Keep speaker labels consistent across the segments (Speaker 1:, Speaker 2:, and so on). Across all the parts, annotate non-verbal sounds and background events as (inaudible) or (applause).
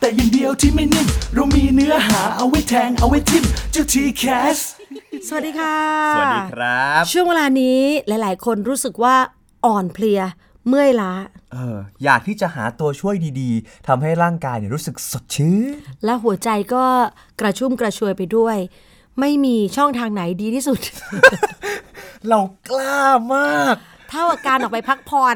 Speaker 1: แต่อยังเดียวที่ไม่นิ่มเรามีเนื้อหาเอาไว้แทงเอาไว้ทิมเจ้าทีแคส
Speaker 2: สวัสดีค่ะ
Speaker 3: สวัสดีครับ
Speaker 2: ช่วงเวลานี้หลาย ๆ คนรู้สึกว่าอ่อนเพลียเมื่อยล้า
Speaker 3: เอออยากที่จะหาตัวช่วยดีๆทำให้ร่างกายเนี่ยรู้สึกสดชื่น
Speaker 2: และหัวใจก็กระชุ่มกระชวยไปด้วย ไม่มีช่องทางไหนดีที่สุด (laughs)
Speaker 3: เรากล้ามาก
Speaker 2: เท่ากับการออกไปพักผ่อน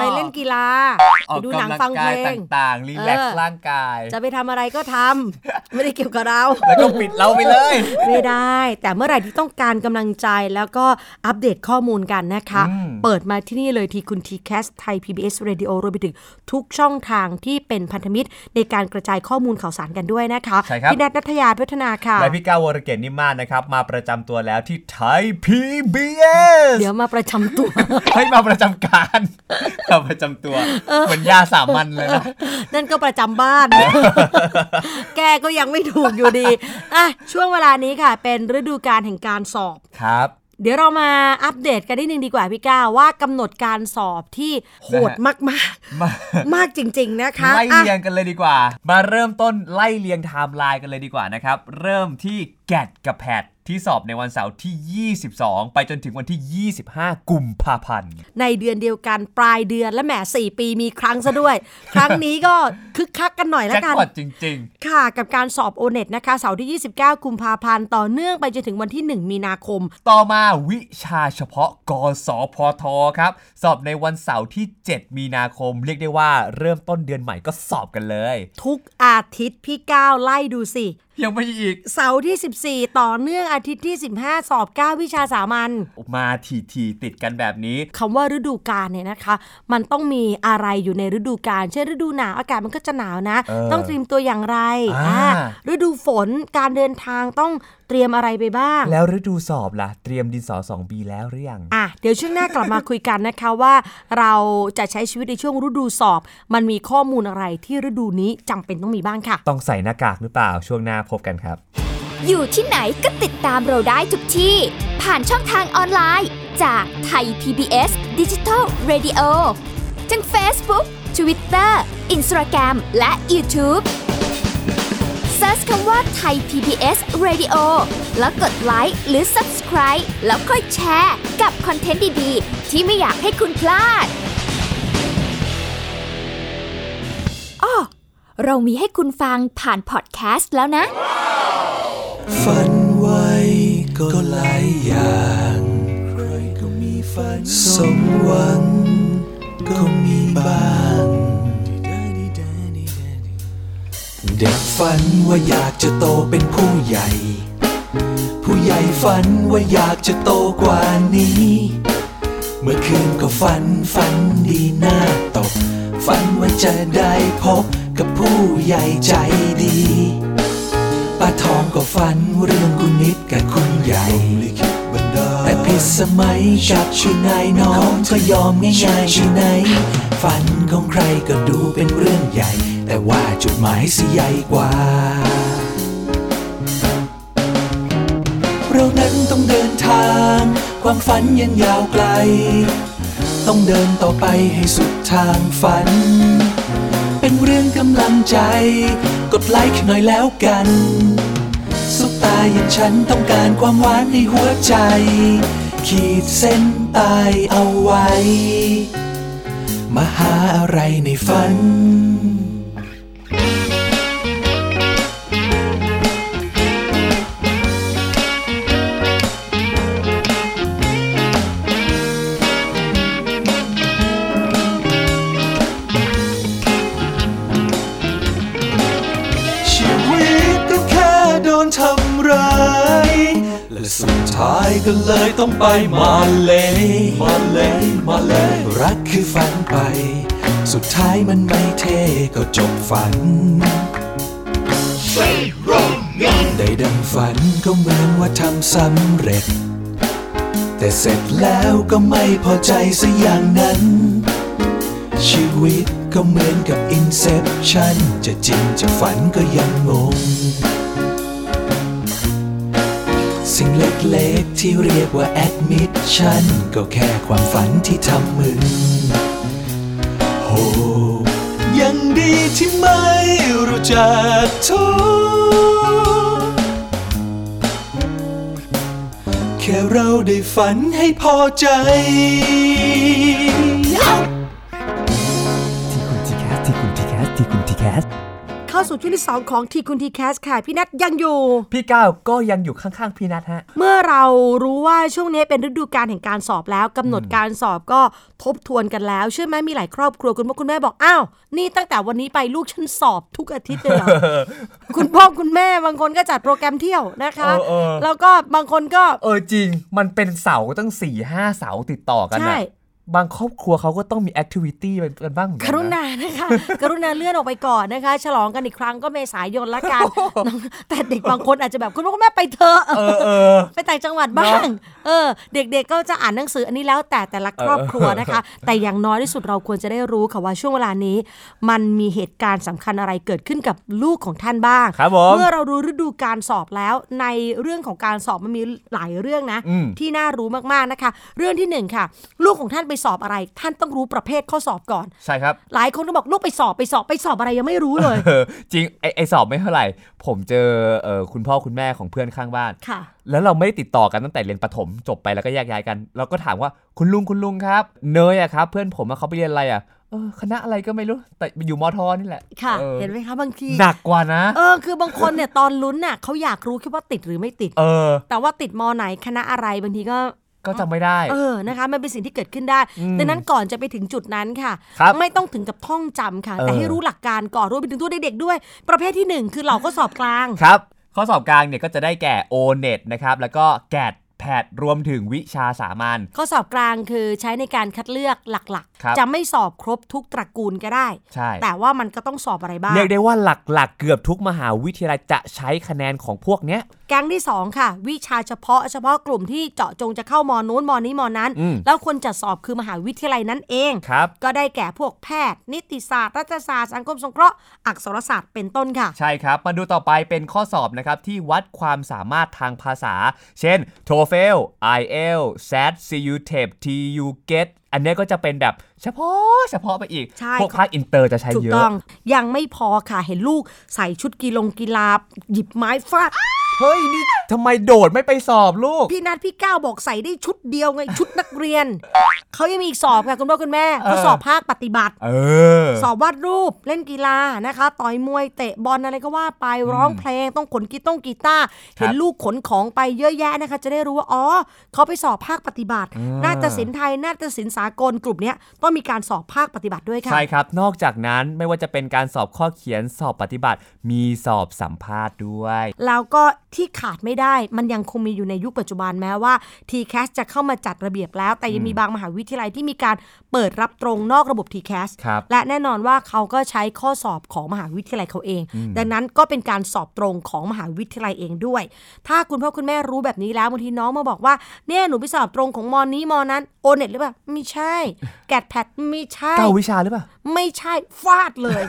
Speaker 2: ไปเล่นกีฬา
Speaker 3: อ
Speaker 2: ไป
Speaker 3: อก
Speaker 2: ดูหนัง
Speaker 3: กำลัง
Speaker 2: ฟังเพ
Speaker 3: กาย
Speaker 2: ลง
Speaker 3: ต่างๆ รีแลก
Speaker 2: เอ
Speaker 3: ซ์
Speaker 2: อ
Speaker 3: ร่างกาย
Speaker 2: จะไปทำอะไรก็ทำไม่ได้เกี่ยวกับเรา
Speaker 3: แล้วก็ปิดเราไปเลย
Speaker 2: ไม่ได้ แต่เมื่อไหร่ที่ต้องการกำลังใจแล้วก็อัปเดตข้อมูลกันนะคะ เปิดมาที่นี่เลยทีคุณ t c a s ไทย PBS Radio รวมไปถึงทุกช่องทางที่เป็นพันธมิตร ในการกระจายข้อมูลข่าวสารกันด้วยนะคะ
Speaker 3: ใช่ครับ
Speaker 2: พี่แนทนัทยาพัฒนาค่ะ
Speaker 3: และพี่ก้าววรเกตนิมมานนะครับ มาประจำตัวแล้วที่ไทย PBS
Speaker 2: เดี๋ยวมาประจำตัว
Speaker 3: ให้มาประจำการ (laughs) มาประจำตัวเหมือนยาสามัญเลยนะ
Speaker 2: (laughs) นั่นก็ประจำบ้าน (laughs) แกก็ยังไม่ถูกอยู่ดีอ่ะช่วงเวลานี้ค่ะ เป็นฤดูการแห่งการสอบ
Speaker 3: ครับ
Speaker 2: เดี๋ยวเรามาอัปเดตกันนิดนึงดีกว่าพี่ก้าวว่ากำหนดการสอบที่โหดมาก
Speaker 3: มา
Speaker 2: ๆ (laughs) มากจริง ๆ นะคะ
Speaker 3: ไล่
Speaker 2: อ่ะ
Speaker 3: เรียงกันเลยดีกว่า มาเริ่มต้นไล่เรียงไทม์ไลน์กันเลยดีกว่านะครับ เริ่มที่แกดกับแพดที่สอบในวันเสาร์ที่ 22 ไปจนถึงวันที่ 25 กุมภาพันธ์
Speaker 2: ในเดือนเดียวกันปลายเดือนและแหม4 ปีมีครั้งซะ
Speaker 3: (laughs)
Speaker 2: ด้วย ครั้งนี้ก็คึกคักกันหน่อยละ
Speaker 3: แจ็ค
Speaker 2: กัน
Speaker 3: พอตจริง
Speaker 2: ค่ะกับการสอบโอเน็ตนะคะเสาร์ที่ 29 กุมภาพันธ์ต่อเนื่องไปจนถึงวันที่ 1 มีนาคม
Speaker 3: ๆ ต่อมาวิชาเฉพาะกสพทครับ สอบในวันเสาร์ที่ 7 มีนาคม เรียกได้ว่าเริ่มต้นเดือนใหม่ก็สอบกันเลย
Speaker 2: ทุกอาทิตย์พี่ก้าวไล่ดูสิ
Speaker 3: ยังไม่อีก
Speaker 2: เสาร์ที่ 14 ต่อเนื่องอาทิตย์ที่ 15 สอบ 9 วิชาสามัญ
Speaker 3: มาทีทีๆติดกันแบบนี้
Speaker 2: คำว่าฤดูกาลเนี่ยนะคะ มันต้องมีอะไรอยู่ในฤดูกาลเช่นฤดูหนาวอากาศมันก็จะหนาวนะ
Speaker 3: เออ
Speaker 2: ต้องเตรียมตัวอย่างไร
Speaker 3: อ่า
Speaker 2: อ่าฤดูฝนการเดินทางต้องเตรียมอะไรไปบ้าง
Speaker 3: แล้วฤดูสอบล่ะ เตรียมดินสอสองบีแล้วหรือยัง
Speaker 2: อ่ะเดี๋ยวช่วงหน้ากลับมา คุยกันนะคะว่า เราจะใช้ชีวิตในช่วงฤดูสอบ มันมีข้อมูลอะไรที่ฤดูนี้จำเป็นต้องมีบ้างค่ะ
Speaker 3: ต้องใส่หน้ากากหรือเปล่าช่วงหน้าพบกันครับ
Speaker 4: อยู่ที่ไหนก็ติดตามเราได้ทุกที่ ผ่านช่องทางออนไลน์ จากไทย PBS Digital Radio ทั้ง Facebook Twitter Instagram และ YouTube Search คำว่าไทย PBS Radio แล้วกดไลค์หรือ Subscribe แล้วค่อยแชร์ กับคอนเทนต์ดี ๆ ที่ไม่อยากให้คุณพลาดอ้อเรามีให้คุณฟังผ่านพอดแคสต์แล้วนะ
Speaker 1: ฝันไว้ก็หลายอย่างใครก็มีฝันสมหวังก็มีบ้างเด็กฝันว่าอยากจะโตเป็นผู้ใหญ่ ผู้ใหญ่ฝันว่าอยากจะโตกว่านี้ เมื่อคืนก็ฝันฝันดีหน้าตก ฝันว่าจะได้พบกับผู้ใหญ่ใจดี ป้าทองก็ฝันเรื่องคุณนิดกับคุณใหญ่แต่พิษสมัยชักชื่อนายน้องก็ยอมง่ายๆใช่ไหนฝันของใครก็ดูเป็นเรื่องใหญ่ แต่ว่าจุดหมายสิใหญ่กว่า เรานั้นต้องเดินทาง ความฝันยังยาวไกล ต้องเดินต่อไปให้สุดทางฝัน เป็นเรื่องกำลังใจ กดไลค์หน่อยแล้วกันสุปตาอย่างฉันต้องการความหวานในหัวใจ ขีดเส้นตายเอาไว้ มาหาอะไรในฝัน ชีวิตก็แค่โดนทำร้าย และสุดท้ายก็เลยต้องไปมาเลย มาเลย มาเลย รักคือฝันไป สุดท้ายมันไม่เท่ก็จบฝัน Say r o m ได้ดังฝันก็เหมือนว่าทำสำเร็จ แต่เสร็จแล้วก็ไม่พอใจซะอย่างนั้น ชีวิตก็เหมือนกับ Inception จะจริงจะฝันก็ยังงง สิ่งเล็กๆที่เรียกว่า Admission ก็แค่ความฝันที่ทำมึนโหยังดีที่ไม่รู้จักโทษ แค่เราได้ฝันให้พอใจ
Speaker 3: ทีคุณทีแคสทีคุณทีแคสทีคุณทีแคส
Speaker 2: เข้าสู่ช่วงที่สองของทีคุณทีแคสค่ะ พี่นัทยังอยู่
Speaker 3: พี่ก้าวก็ยังอยู่ข้างๆพี่นัทฮะ
Speaker 2: เมื่อเรารู้ว่าช่วงนี้เป็นฤดูการแห่งการสอบแล้วกำหนดการสอบก็ทบทวนกันแล้ว เชื่อไหมมีหลายครอบครัวคุณพ่อคุณแม่บอกอ้าวนี่ตั้งแต่วันนี้ไปลูกฉันสอบทุกอาทิตย์
Speaker 3: (laughs)
Speaker 2: เลยเหรอ คุณพ่อคุณแม่บางคนก็จัดโปรแกรมเที่ยวนะคะ
Speaker 3: เออเออ
Speaker 2: แล้วก็บางคนก็
Speaker 3: เออจริง มันเป็นเสาตั้ง4ี่ห้าเสาติดต่อกัน
Speaker 2: ใช่
Speaker 3: นะบางครอบครัวเขาก็ต้องมีแอคทิวิตี้กันบ้างเหมือน
Speaker 2: ก
Speaker 3: กัะ
Speaker 2: รุณานะคะ กรุณาเลื่อนออกไปก่อนนะคะ ฉลองกันอีกครั้งก็เมษายนละกันน้องแต่เด็กบางคนอาจจะแบบคุณพ่อคุณแม่ไปเถอะ
Speaker 3: เออเออ
Speaker 2: ไปต่างจังหวัดบ้าง เออ เด็กๆ ก็จะอ่านหนังสืออันนี้แล้วแต่แต่ละครอบครัวนะคะ แต่อย่างน้อยที่สุดเราควรจะได้รู้ค่ะว่าช่วงเวลานี้ มันมีเหตุการณ์สำคัญอะไรเกิดขึ้นกับลูกของท่านบ้าง
Speaker 3: ครับผม
Speaker 2: เมื่อเรารู้ฤดูการสอบแล้วในเรื่องของการสอบมันมีหลายเรื่องนะ
Speaker 3: อืม
Speaker 2: ที่น่ารู้มากๆนะคะ เรื่องที่หนึ่งค่ะ ลูกของท่านไปสอบอะไร ท่านต้องรู้ประเภทข้อสอบก่อน
Speaker 3: ใช่ครับ (laughs)
Speaker 2: หลายคนก็บอกลูกไปสอบไปสอบไปสอบอะไรยังไม่รู้เลย
Speaker 3: เออจริงไอไอสอบไม่เท่าไหร่ ผมเจอเออคุณพ่อคุณแม่ของเพื่อนข้างบ้าน
Speaker 2: ค่ะ
Speaker 3: แล้วเราไม่ได้ติดต่อกันตั้งแต่เรียนประถมจบไปแล้วก็แยกย้ายกัน เราก็ถามว่าคุณลุงคุณลุงครับ เนยอะครับ เพื่อนผมอะเขาไปเรียนอะไรอะเออคณะอะไรก็ไม่รู้แต่อยู่มอทอนี่แหละ
Speaker 2: ค่ะ
Speaker 3: ออ
Speaker 2: เห็นไหมคะบางที
Speaker 3: หนักกว่านะ
Speaker 2: เออ คือบางคนเนี่ยตอนลุ้นน่ะเขาอยากรู้แค่ว่าติดหรือไม่ติด
Speaker 3: เออ
Speaker 2: แต่ว่าติดมอไหนคณะอะไรบางทีก็
Speaker 3: ก็จำไม่ได้
Speaker 2: เออนะคะมันเป็นสิ่งที่เกิดขึ้นได้ดังนั้นก่อนจะไปถึงจุดนั้นค่ะ
Speaker 3: ครับ
Speaker 2: ไม่ต้องถึงกับท่องจำค่ะ แต่
Speaker 3: เออ
Speaker 2: ให้รู้หลักการก่อนรวมไปถึงตัวเด็กๆด้วย ประเภทที่หนึ่งคือเหล่าข้อสอบกลาง
Speaker 3: ครับ ข้อสอบกลางเนี่ยก็จะได้แก่ O-NET นะครับ แล้วก็แกดแพดรวมถึงวิชาสามัญ
Speaker 2: ข้อสอบกลางคือใช้ในการคัดเลือกหลัก
Speaker 3: ครับ
Speaker 2: ๆ จะไม่สอบครบทุกตระกูลก็ได้
Speaker 3: ใช่
Speaker 2: แต่ว่ามันก็ต้องสอบอะไรบ้าง
Speaker 3: เรียกได้ว่าหลักๆ เกือบทุกมหาวิทยาลัยจะใช้คะแนนของพวกเนี้ย
Speaker 2: แก๊งที่ 2 ค่ะ วิชาเฉพาะเฉพาะกลุ่มที่เจาะจงจะเข้ามอนู้นมอนี้มอนั้น
Speaker 3: อืม
Speaker 2: แล้วคนจัดสอบคือมหาวิทยาลัยนั้นเอง
Speaker 3: ครับ
Speaker 2: ก็ได้แก่พวกแพทย์ นิติศาสตร์ รัฐศาสตร์ สังคมสงเคราะห์อักษรศาสตร์เป็นต้นค่ะ
Speaker 3: ใช่ครับ มาดูต่อไปเป็นข้อสอบนะครับ ที่วัดความสามารถทางภาษา เช่น TOEFL IEL SAT CU TAPE TU GET อันเนี้ยก็จะเป็นแบบเฉพาะเฉพาะไปอีก
Speaker 2: ใช่
Speaker 3: พวกภาคอินเตอร์จะใช้
Speaker 2: ถูก
Speaker 3: เยอะ
Speaker 2: ต้องยังไม่พอค่ะเห็นลูกใส่ชุดกีฬงกีฬาหยิบไม้ฟาด
Speaker 3: เฮ้ย นี่ทำไมโดดไม่ไปสอบลูก
Speaker 2: พี่นัทพี่ก้าวบอกใส่ได้ชุดเดียวไงชุดนักเรียน เขายังมีอีกสอบค่ะคุณพ่อคุณแม่เขาสอบภาคปฏิบัติ
Speaker 3: เออ
Speaker 2: สอบวาดรูปเล่นกีฬานะคะต่อยมวยเตะบอลอะไรก็ว่าไปร้องเพลงต้องขนกีต้องกีตาร์เห็นลูกขนของไปเยอะแยะนะคะ จะได้รู้ว่า อ๋อ เขาไปสอบภาคปฏิบัติ นาฏศิลป์ไทย นาฏศิลป์สากลกลุ่มเนี้ยต้องมีการสอบภาคปฏิบัติด้วยค่ะ
Speaker 3: ใช่ครับ นอกจากนั้นไม่ว่าจะเป็นการสอบข้อเขียนสอบปฏิบัติ มีสอบสัมภาษณ์ด้วย
Speaker 2: แล้วก็ที่ขาดไม่ได้มันยังคงมีอยู่ในยุคปัจจุบันแม้ว่า t c a s สจะเข้ามาจัดระเบียบแล้ว แต่ยังมีบางมหาวิทยาลัยที่มีการเปิดรับตรงนอกระบบ t c a s ส
Speaker 3: ครับ
Speaker 2: และแน่นอนว่าเขาก็ใช้ข้อสอบของมหาวิทยาลัยเขาเอง ดังนั้นก็เป็นการสอบตรงของมหาวิทยาลัยเองด้วย ถ้าคุณพ่อคุณแม่รู้แบบนี้แล้วบางทีน้องมาบอกว่าเนี่ยหนูไปสอบตรงของมอนี้มอนั้นโอเน็ตหรือเปล่าไม่ใช่ แกดแพดไม่ใช่
Speaker 3: เก้าวิชาหรือเปล่า
Speaker 2: ไม่ใช่ฟาดเลย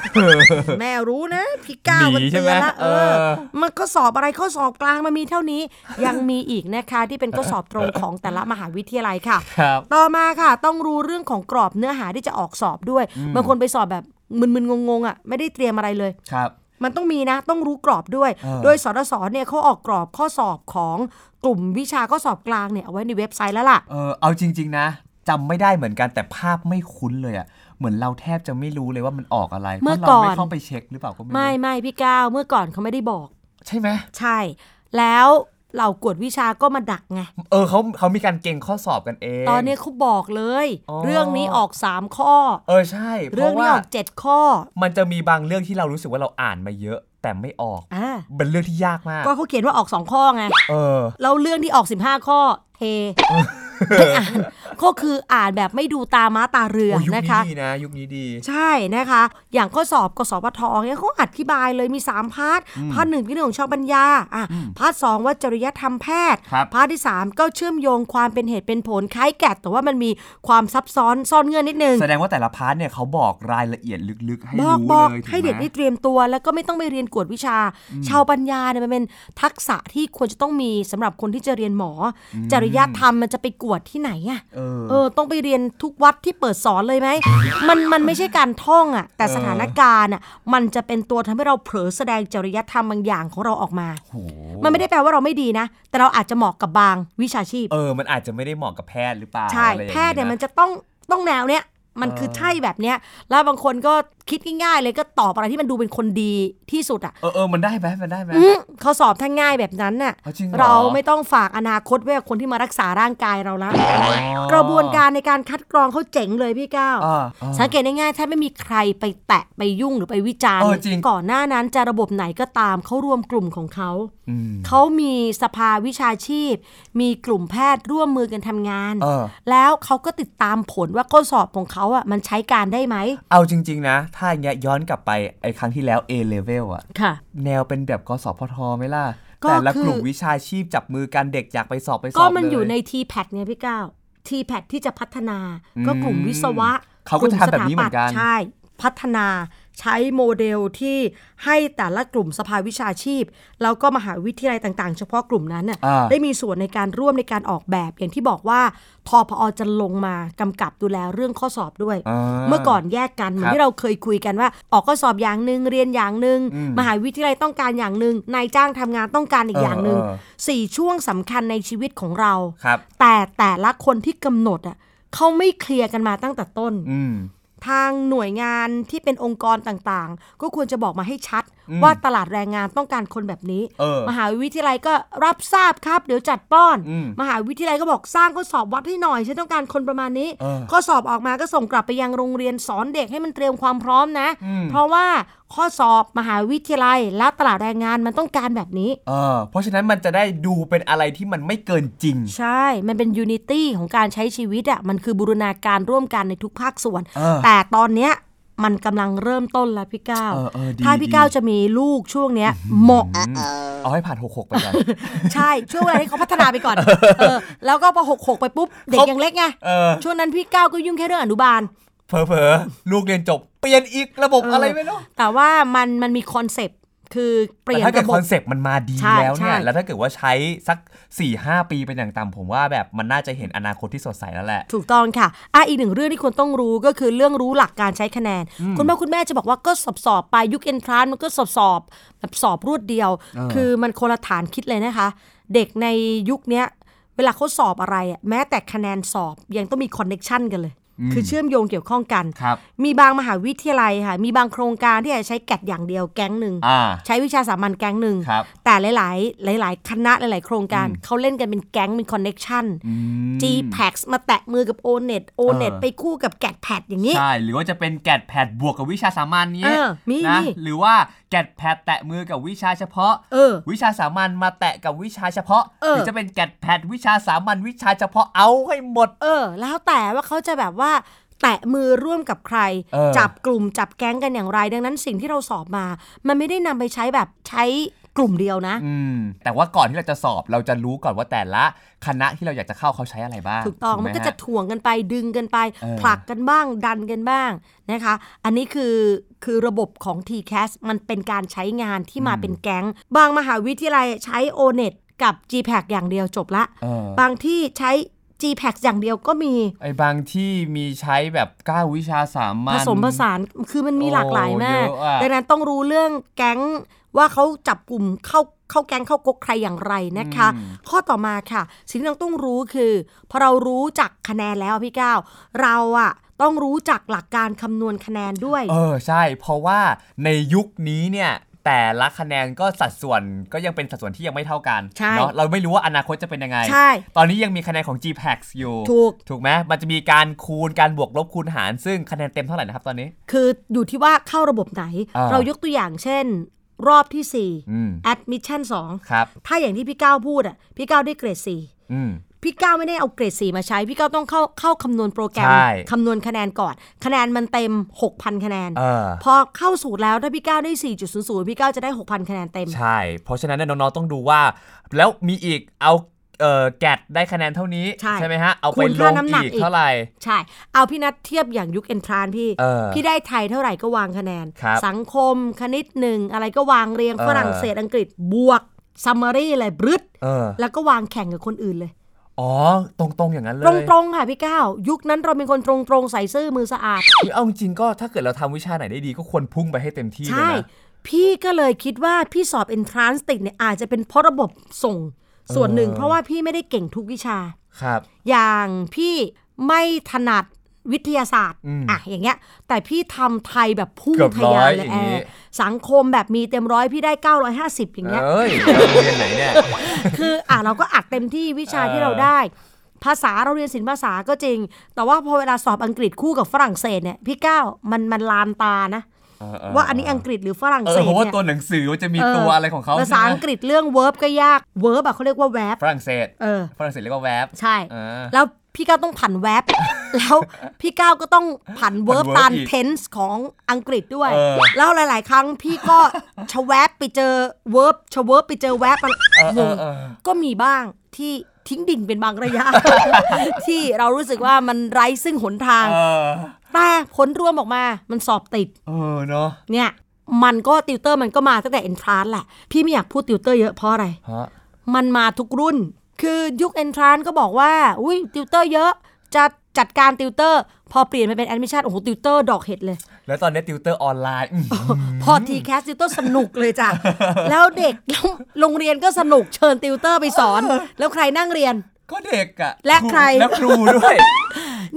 Speaker 2: แม่รู้นะ พี่ก้าว
Speaker 3: หนี
Speaker 2: มัน
Speaker 3: ใช่
Speaker 2: เตื
Speaker 3: ไหม
Speaker 2: อนละเอ
Speaker 3: เอ
Speaker 2: อ
Speaker 3: อ
Speaker 2: มันข้อสอบอะไรข้อสอบกลางมันมีเท่านี้ ยังมีอีกนะคะที่เป็นข้อสอบตรงของแต่ละมหาวิทยาลัยค่ะ
Speaker 3: ครับ
Speaker 2: ต่อมาค่ะ ต้องรู้เรื่องของกรอบเนื้อหาที่จะออกสอบด้วย บางคนไปสอบแบบมึนๆงงๆอ่ะไม่ได้เตรียมอะไรเลย
Speaker 3: ครับ
Speaker 2: มันต้องมีนะ ต้องรู้กรอบด้วย
Speaker 3: เออ
Speaker 2: โดยสรสเนี่ยเขาออกกรอบข้อสอบของกลุ่มวิชาข้อสอบกลางเนี่ยเอาไว้ในเว็บไซต์แล้วล่ะ
Speaker 3: เออเอาจริง ๆ นะจำไม่ได้เหมือนกันแต่ภาพไม่คุ้นเลยอะเหมือนเราแทบจะไม่รู้เลยว่ามันออกอะไร
Speaker 2: เมื่อ
Speaker 3: พราะเรา
Speaker 2: ก่
Speaker 3: ไม่
Speaker 2: อน
Speaker 3: เข้าไปเช็คหรือเปล่าก็ไม่
Speaker 2: ไม่
Speaker 3: รู้
Speaker 2: ไม่พี่ก้าวเมื่อก่อนเขาไม่ได้บอก
Speaker 3: ใช่ไหม
Speaker 2: ใช่ แล้วเหล่ากวดวิชาก็มาดักไง
Speaker 3: เออเขาเขามีการเก่งข้อสอบกันเอง
Speaker 2: ตอนนี้เขาบอกเลย
Speaker 3: อ๋อ
Speaker 2: เรื่องนี้ออก 3 ข้อ
Speaker 3: เออใช่ เพ
Speaker 2: เรื่อง
Speaker 3: ราะ
Speaker 2: นี้
Speaker 3: ว่า
Speaker 2: ออก 7 ข้อ
Speaker 3: มันจะมีบางเรื่องที่เรารู้สึกว่าเราอ่านมาเยอะ แต่ไม่ออก
Speaker 2: อ่า
Speaker 3: เป็นเรื่องที่ยากมาก
Speaker 2: ก็เขาเขียนว่าออก 2 ข้อไง
Speaker 3: เออ
Speaker 2: แล้วเรื่องที่ออก 15 ข้อเท เป็นอ่านก็คืออ่านแบบไม่ดูตาม้าตาเรือ
Speaker 3: โอ้ยยุค
Speaker 2: นะ
Speaker 3: นี้
Speaker 2: คะ
Speaker 3: ดีนะ ยุคนี้ดี
Speaker 2: ใช่นะคะ อย่างข้อสอบกสวทเนี่ยเขาอธิบายเลยมี 3 พาร์ท พาร์ทหนึ่งเป็นเรื่องของชาวปัญญาอ่ะพาร์ทสองว่าจริยธรรมแพทย์
Speaker 3: ครับ
Speaker 2: พาร์ทที่ 3 ก็เชื่อมโยงความเป็นเหตุเป็นผลคล้ายแกะแต่ว่ามันมีความซับซ้อนซ่อนเงื่อนนิดนึง
Speaker 3: แสดงว่าแต่ละพาร์ทเนี่ยเขาบอกรายละเอียดลึกๆ ให้
Speaker 2: บ
Speaker 3: รู้
Speaker 2: อกบอก
Speaker 3: เลยถูก
Speaker 2: ให้เด็ก
Speaker 3: ไม
Speaker 2: ได้เตรียมตัว แล้วก็ไม่ต้องไปเรียนกวดวิชา ชาวปัญญาเนี่ยมันเป็นทักษะที่ควรจะต้องมีสำหรับคนที่จะเรียนหมออจริยธรรมมันจะไปกวดที่ไหนอะ
Speaker 3: เออ
Speaker 2: เออ ต้องไปเรียนทุกวัดที่เปิดสอนเลยไหม มันมันไม่ใช่การท่องอะแต่สถานการณ์อะมันจะเป็นตัวทำให้เราเผลอแสดงจริยธรรมบางอย่างของเราออกมา
Speaker 3: โอ้โห
Speaker 2: มันไม่ได้แปลว่าเราไม่ดีนะ แต่เราอาจจะเหมาะกับบางวิชาชีพ
Speaker 3: เออ มันอาจจะไม่ได้เหมาะกับแพทย์หรือเปล่า
Speaker 2: ใช่
Speaker 3: อะไรอาง
Speaker 2: แพ
Speaker 3: งี้
Speaker 2: ทย์เนี่ย
Speaker 3: ะ
Speaker 2: มันจะต้องต้องแนวเนี้ยมันคือใช่แบบเนี้ยแล้วบางคนก็คิดง่ายๆเลยก็ตอบอะไรที่มันดูเป็นคนดีที่สุดอ่ะ
Speaker 3: เออเออมันได้ไหมมันได้ไหม
Speaker 2: อืมเขาสอบทั้งง่ายแบบนั้นน่ะ
Speaker 3: เอาจริงเหรอ
Speaker 2: เราไม่ต้องฝากอนาคตไว้กับคนที่มารักษาร่างกายเราละกระบวนการในการคัดกรองเขาเจ๋งเลยพี่ก้าว
Speaker 3: อ่าอ่า
Speaker 2: สังเกตได้ง่ายๆถ้าไม่มีใครไปแตะไปยุ่งหรือไปวิจารณ์
Speaker 3: เออจริง
Speaker 2: ก่อนหน้านั้นจะระบบไหนก็ตามเขารวมกลุ่มของเขา
Speaker 3: อืม
Speaker 2: เขามีสภาวิชาชีพ มีกลุ่มแพทย์ร่วมมือกันทำงาน
Speaker 3: เออ
Speaker 2: แล้วเขาก็ติดตามผลว่าข้อสอบของเขาอ่ะมันใช้การได้ไหม
Speaker 3: เอาจริง ๆ นะ ถ้าอย่างเงี้ยย้อนกลับไปไอ้ครั้งที่แล้ว A level อะ
Speaker 2: ค่ะ
Speaker 3: แนวเป็นแบบกสพทไหมล่ะ
Speaker 2: ก็
Speaker 3: แต่ละ
Speaker 2: คือ
Speaker 3: กลุ่มวิชาชีพจับมือกันเด็กอยากไปสอบไปสอบ
Speaker 2: ก็มัน
Speaker 3: เล
Speaker 2: อยู่ใน t p a d เนี่ยพี่ก้าว t p a d ที่จะพัฒนา ก็กลุ่มวิศวะ
Speaker 3: เขาก็จะทำแบบนี้เหมือนกัน
Speaker 2: ลุ่สถาปัตย์ใช่ พัฒนาใช้โมเดลที่ให้แต่ละกลุ่มสภาวิชาชีพ แล้วก็มหาวิทยาลัยต่างๆ เฉพาะกลุ่มนั้นน่ะ
Speaker 3: อ่า
Speaker 2: ได้มีส่วนในการร่วมในการออกแบบ อย่างที่บอกว่าทอพอจะลงมากำกับดูแลเรื่องข้อสอบด้วย เมื่อก่อนแยกกันเหมือน
Speaker 3: ครับ
Speaker 2: ที่เราเคยคุยกันว่า ออกข้อสอบอย่างหนึ่งเรียนอย่างหนึ่ง
Speaker 3: อืม
Speaker 2: มหาวิทยาลัยต้องการอย่างหนึ่งนายจ้างทำงานต้องการอีก
Speaker 3: เออ
Speaker 2: อย่างหนึ่ง
Speaker 3: เออ
Speaker 2: สี่ช่วงสำคัญในชีวิตของเรา
Speaker 3: ครับ
Speaker 2: แต่แต่ละคนที่กำหนดอ่ะเขาไม่เคลียร์กันมาตั้งแต่ต้น
Speaker 3: อืม
Speaker 2: ทางหน่วยงานที่เป็นองค์กรต่างๆ ก็ควรจะบอกมาให้ชัด ว่าตลาดแรงงานต้องการคนแบบนี้
Speaker 3: เออ
Speaker 2: มหาวิทยาลัยก็รับทราบครับ เดี๋ยวจัดป้อน
Speaker 3: อืม
Speaker 2: มหาวิทยาลัยก็บอกสร้างข้อสอบวัดให้หน่อยฉันต้องการคนประมาณนี้
Speaker 3: เออ
Speaker 2: ข้อสอบออกมาก็ส่งกลับไปยังโรงเรียนสอนเด็กให้มันเตรียมความพร้อมนะ
Speaker 3: อืม
Speaker 2: เพราะว่าข้อสอบมหาวิทยาลัยและตลาดแรงงานมันต้องการแบบนี้
Speaker 3: เออเพราะฉะนั้นมันจะได้ดูเป็นอะไรที่มันไม่เกินจริง
Speaker 2: ใช่ มันเป็นยูนิตี้ของการใช้ชีวิตอะ่ะ มันคือบูรณาการร่วมกันในทุกภาคส่วน
Speaker 3: เออ
Speaker 2: แต่ตอนเนี้ยมันกำลังเริ่มต้นแล้วพี่ก้าว
Speaker 3: เออเออดี
Speaker 2: ถ้าพี่
Speaker 3: ดี
Speaker 2: ก้าวจะมีลูกช่วงเนี้ยเหมาะ
Speaker 3: เอาให้ผ่านหกหกไปก่อน
Speaker 2: ใช่ ช่วงเวลาให้เขาพัฒนาไปก่อน เออ แล้วก็พอหกหกไปปุ๊บ เด็กยังเล็กไง
Speaker 3: เออ
Speaker 2: ช่วงนั้นพี่ก้าวก็ยุ่งแค่เรื่องอนุบาล
Speaker 3: เผลอๆลูกเรียนจบเปลี่ยนอีกระบบอะไรไม่รู้
Speaker 2: แต่ว่ามันมันมีคอนเซปต์ คือเปลี่ยน
Speaker 3: แต่ถ้าเกิด
Speaker 2: ระบ
Speaker 3: ค
Speaker 2: บ
Speaker 3: อนเซปต์มันมาดี
Speaker 2: ใช่
Speaker 3: แล้วเนี่ย
Speaker 2: ใช่
Speaker 3: แล้วถ้าเกิดว่าใช้สัก4ี่หปีเป็นอย่างต่ำผมว่าแบบมันน่าจะเห็นอนาคตที่สดใสแล้วแหละ
Speaker 2: ถูกต้องค่ะอ่ะอีกหนึ่งเรื่องที่ควรต้องรู้ก็คือเรื่องรู้หลักการใช้คะแนน คุณพ่อคุณแม่จะบอกว่าก็สอบสอบๆไปยุคเอนทรานมันก็สอบสอบๆแบบสอบรวดเดียว คือมันคนละฐานคิดเลยนะคะ เด็กในยุคเนี้ย เวลาเขาสอบอะไรอะแม้แต่คะแนนสอบยังต้องมีคอนเน็ชันกันเลย คือเชื่อมโยงเกี่ยวข้องกัน
Speaker 3: ครับ
Speaker 2: มีบางมหาวิทยาลัยค่ะ มีบางโครงการที่จะใช้แกดอย่างเดียวแก๊งหนึ่ง
Speaker 3: อ่า
Speaker 2: ใช้วิชาสามัญแก๊งหนึ่ง
Speaker 3: ครับ
Speaker 2: แต่หลาย ๆ หลาย ๆ คณะหลาย ๆ โครงการเขาเล่นกันเป็นแก๊งเป็นคอนเน็ชัน g p a x มาแตะมือกับ o n e t o n e t
Speaker 3: เออ
Speaker 2: ไปคู่กับ g a t p a d อย่างนี้
Speaker 3: ใช่ หรือว่าจะเป็นแกดแพดบวกกับวิชาสามัญเนี้ย
Speaker 2: เออมี
Speaker 3: นะ
Speaker 2: มี
Speaker 3: หรือว่าแกดแพดแตะมือกับวิชาเฉพาะ
Speaker 2: เออ
Speaker 3: วิชาสามัญมาแตะกับวิชาเฉพาะ
Speaker 2: เอ
Speaker 3: ห
Speaker 2: อ
Speaker 3: รืจะเป็นแกดแพดวิชาสามัญวิชาเฉพาะเอาให้หมด
Speaker 2: เออ แล้วแต่ว่าเขาจะแบบว่า แตะมือร่วมกับใคร
Speaker 3: เออ
Speaker 2: จับกลุ่มจับแก๊งกันอย่างไร ดังนั้นสิ่งที่เราสอบมา มันไม่ได้นำไปใช้แบบใช้กลุ่มเดียวนะ
Speaker 3: อืม แต่ว่าก่อนที่เราจะสอบเราจะรู้ก่อนว่าแต่ละคณะที่เราอยากจะเข้าเขาใช้อะไรบ้าง
Speaker 2: ถูกต้อง
Speaker 3: ไห
Speaker 2: มันก็
Speaker 3: ฮ
Speaker 2: จะถ่วงกันไปดึงกันไป
Speaker 3: เออ
Speaker 2: ผลักกันบ้างดันกันบ้างนะคะ อันนี้คือคือระบบของ t c a s มันเป็นการใช้งานที่มาเป็นแก๊ง บางมหาวิทยาลัยใช้ o n e t กับ g p a c อย่างเดียวจบละ
Speaker 3: เออ
Speaker 2: บางที่ใช้ g p a c อย่างเดียวก็มี
Speaker 3: ไอ้บางที่มีใช้แบบ9วิชาสามั
Speaker 2: ผ
Speaker 3: ญ
Speaker 2: สมผสานคือมันมี
Speaker 3: โอ้
Speaker 2: หลากหลายมาก
Speaker 3: เยอะอะ
Speaker 2: ดังนั้นต้องรู้เรื่องแก๊งว่าเขาจับกลุ่มเข้าเข้าแก๊งเข้ากกใครอย่างไรนะคะ ข้อต่อมาค่ะ สิ่งที่เราต้องรู้คือพอเรารู้จักคะแนนแล้วพี่ก้าวเราอะต้องรู้จักหลักการคำนวณคะแนนด้วย
Speaker 3: เออใช่ เพราะว่าในยุคนี้เนี่ยแต่ละคะแนนก็สัดส่วนก็ยังเป็นสัดส่วนที่ยังไม่เท่ากัน
Speaker 2: ใช่
Speaker 3: เนาะเราไม่รู้ว่าอนาคตจะเป็นยังไง
Speaker 2: ใช่
Speaker 3: ตอนนี้ยังมีคะแนนของ g p a x อยู่
Speaker 2: ถูก
Speaker 3: ถูกไหมมันจะมีการคูณการบวกลบคูณหาร ซึ่งคะแนนเต็มเท่าไหร่นะครับตอนนี้
Speaker 2: คืออยู่ที่ว่าเข้าระบบไหน
Speaker 3: อ่า
Speaker 2: เรายกตัวอย่างเช่น รอบที่
Speaker 3: อืม
Speaker 2: 4 admission
Speaker 3: ครับ
Speaker 2: 2 ถ้าอย่างที่พี่ก้าวพูดอะพี่ก้าวได้เกรด 4
Speaker 3: อืม
Speaker 2: พี่ก้าวไม่ได้เอาเกรดสีมาใช้ พี่ก้าวต้องเข้าเข้าคำนวณโปรแกรม
Speaker 3: ใช่
Speaker 2: คำนวณคะแนนก่อน คะแนนมันเต็ม 6,000 คะแนน
Speaker 3: เออ
Speaker 2: พอเข้าสูตรแล้วถ้าพี่ก้าวได้ 4.00 พี่ก้าวจะได้ 6,000 คะแนนเต็ม
Speaker 3: ใช่ เพราะฉะนั้นเนยน้องๆ ต้องดูว่า แล้วมีอีกเอาเอ่อแกดได้คะแนนเท่านี้
Speaker 2: ใช่
Speaker 3: ไหมฮะ เอาไป
Speaker 2: คูณ
Speaker 3: ล
Speaker 2: ค่าง น้ำหนัก
Speaker 3: อีก
Speaker 2: อีก
Speaker 3: เท่าไหร่
Speaker 2: ใช่ เอาพี่นัดเทียบอย่างยุคเอนทรานพี่
Speaker 3: เออ
Speaker 2: พี่ได้ไทยเท่าไหร่ก็วางคะแนน
Speaker 3: ครับ
Speaker 2: สังคมคณิตหนึ่งอะไรก็วางเรียง
Speaker 3: เออ
Speaker 2: ฝรั่งเศสอังกฤษบวกซัมมารีอะไรบรึด
Speaker 3: เออ
Speaker 2: แล้วก็วางแข่งกับคนอื่นเลย
Speaker 3: อ๋อ ตรงๆ อย่างนั้นเลย
Speaker 2: ตรงๆค่ะพี่ก้าวยุคนั้นเราเป็นคนตรงๆใส่ซื่อมือสะอาด
Speaker 3: คือเอาจริงๆ ก็ถ้าเกิดเราทำวิชาไหนได้ดีก็ควรพุ่งไปให้เต็มที่เลย
Speaker 2: ใช่
Speaker 3: นะ
Speaker 2: พี่ก็เลยคิดว่าพี่สอบ entrance ติดเนี่ยอาจจะเป็นเพราะระบบส่งส่วนหนึ่ง
Speaker 3: เออ
Speaker 2: เพราะว่าพี่ไม่ได้เก่งทุกวิชา
Speaker 3: ครับ
Speaker 2: อย่างพี่ไม่ถนัดวิทยาศาสตร์
Speaker 3: อืม
Speaker 2: อ่ะอย่างเงี้ย แต่พี่ทำไทยแบบพุ่ง
Speaker 3: เกือบ
Speaker 2: ทะยาน
Speaker 3: ร้อย
Speaker 2: เลย
Speaker 3: อย่า
Speaker 2: แอง
Speaker 3: งี้
Speaker 2: ร์สังคมแบบมีเต็มร้อยพี่ได้ 950 อย่างเงี้ย
Speaker 3: เอ้ย
Speaker 2: (laughs)
Speaker 3: โรงเรียนไหนเนี่ย
Speaker 2: คืออ่ะเราก็อัดเต็มที่วิชา
Speaker 3: เออ
Speaker 2: ที่เราได้ ภาษาเราเรียนศิลปภาษาก็จริง แต่ว่าพอเวลาสอบอังกฤษคู่กับฝรั่งเศสเนี่ยพี่ก้าวมันมันลานตานะ
Speaker 3: เเ
Speaker 2: ว่าอันนี้อังกฤษหรือฝรั่ง
Speaker 3: เออ
Speaker 2: เศส
Speaker 3: เพราะว่า
Speaker 2: เนี่ย
Speaker 3: ตัวหนังสือมันจะมีตัวอะไรของเขา
Speaker 2: ภาษา
Speaker 3: ใช่ไหม
Speaker 2: อังกฤษเรื่อง verb ก็ยาก verb อะเขาเรียกว่า verb
Speaker 3: ฝรั่งเศส
Speaker 2: เออ
Speaker 3: ฝรั่งเศสเรียกว่าแวบ
Speaker 2: ใช่
Speaker 3: อ่า
Speaker 2: แล้วพี่ก้าวต้องผัน verb (laughs) แล้วพี่ก้าวก็ต้องผัน verb
Speaker 3: ผัน verb
Speaker 2: ตาม
Speaker 3: อีก
Speaker 2: tense ของอังกฤษด้วย
Speaker 3: เออ
Speaker 2: แล้วหลาย ๆ ครั้งพี่ก็ ชะแวบไปเจอ verb ชะ verb ไปเจอ verb มันงง
Speaker 3: เออเออ
Speaker 2: ก็มีบ้างที่ทิ้งดิ่งเป็นบางระ
Speaker 3: (laughs)
Speaker 2: ยะ ที่เรารู้สึกว่ามันไร้ซึ่งหนทาง
Speaker 3: เออ
Speaker 2: แต่ผลรวมออกมามันสอบติด
Speaker 3: เออเนาะ
Speaker 2: เนี่ยมันก็ติวเตอร์มันก็มาตั้งแต่เอนทรานแหละ พี่ไม่อยากพูดติวเตอร์เยอะเพราะอะไร
Speaker 3: ฮะ
Speaker 2: มันมาทุกรุ่น คือยุคเอนทรานก็บอกว่า อุ้ยติวเตอร์เยอะ จะจัดการติวเตอร์ พอเปลี่ยนมาเป็นแอดมิชชั่น โอ้โห ติวเตอร์ดอกเห็ดเลย
Speaker 3: แล้วตอนนี้ติวเตอร์ออนไลน์อื้อหือ
Speaker 2: พอทีแคสติวเตอร์สนุกเลยจ้ะ แล้วเด็กแล้วโรงเรียนก็สนุกเชิญติวเตอร์ไปสอน แล้วใครนั่งเรียน
Speaker 3: ก็เด็กอะ
Speaker 2: และใคร
Speaker 3: และครูด้วย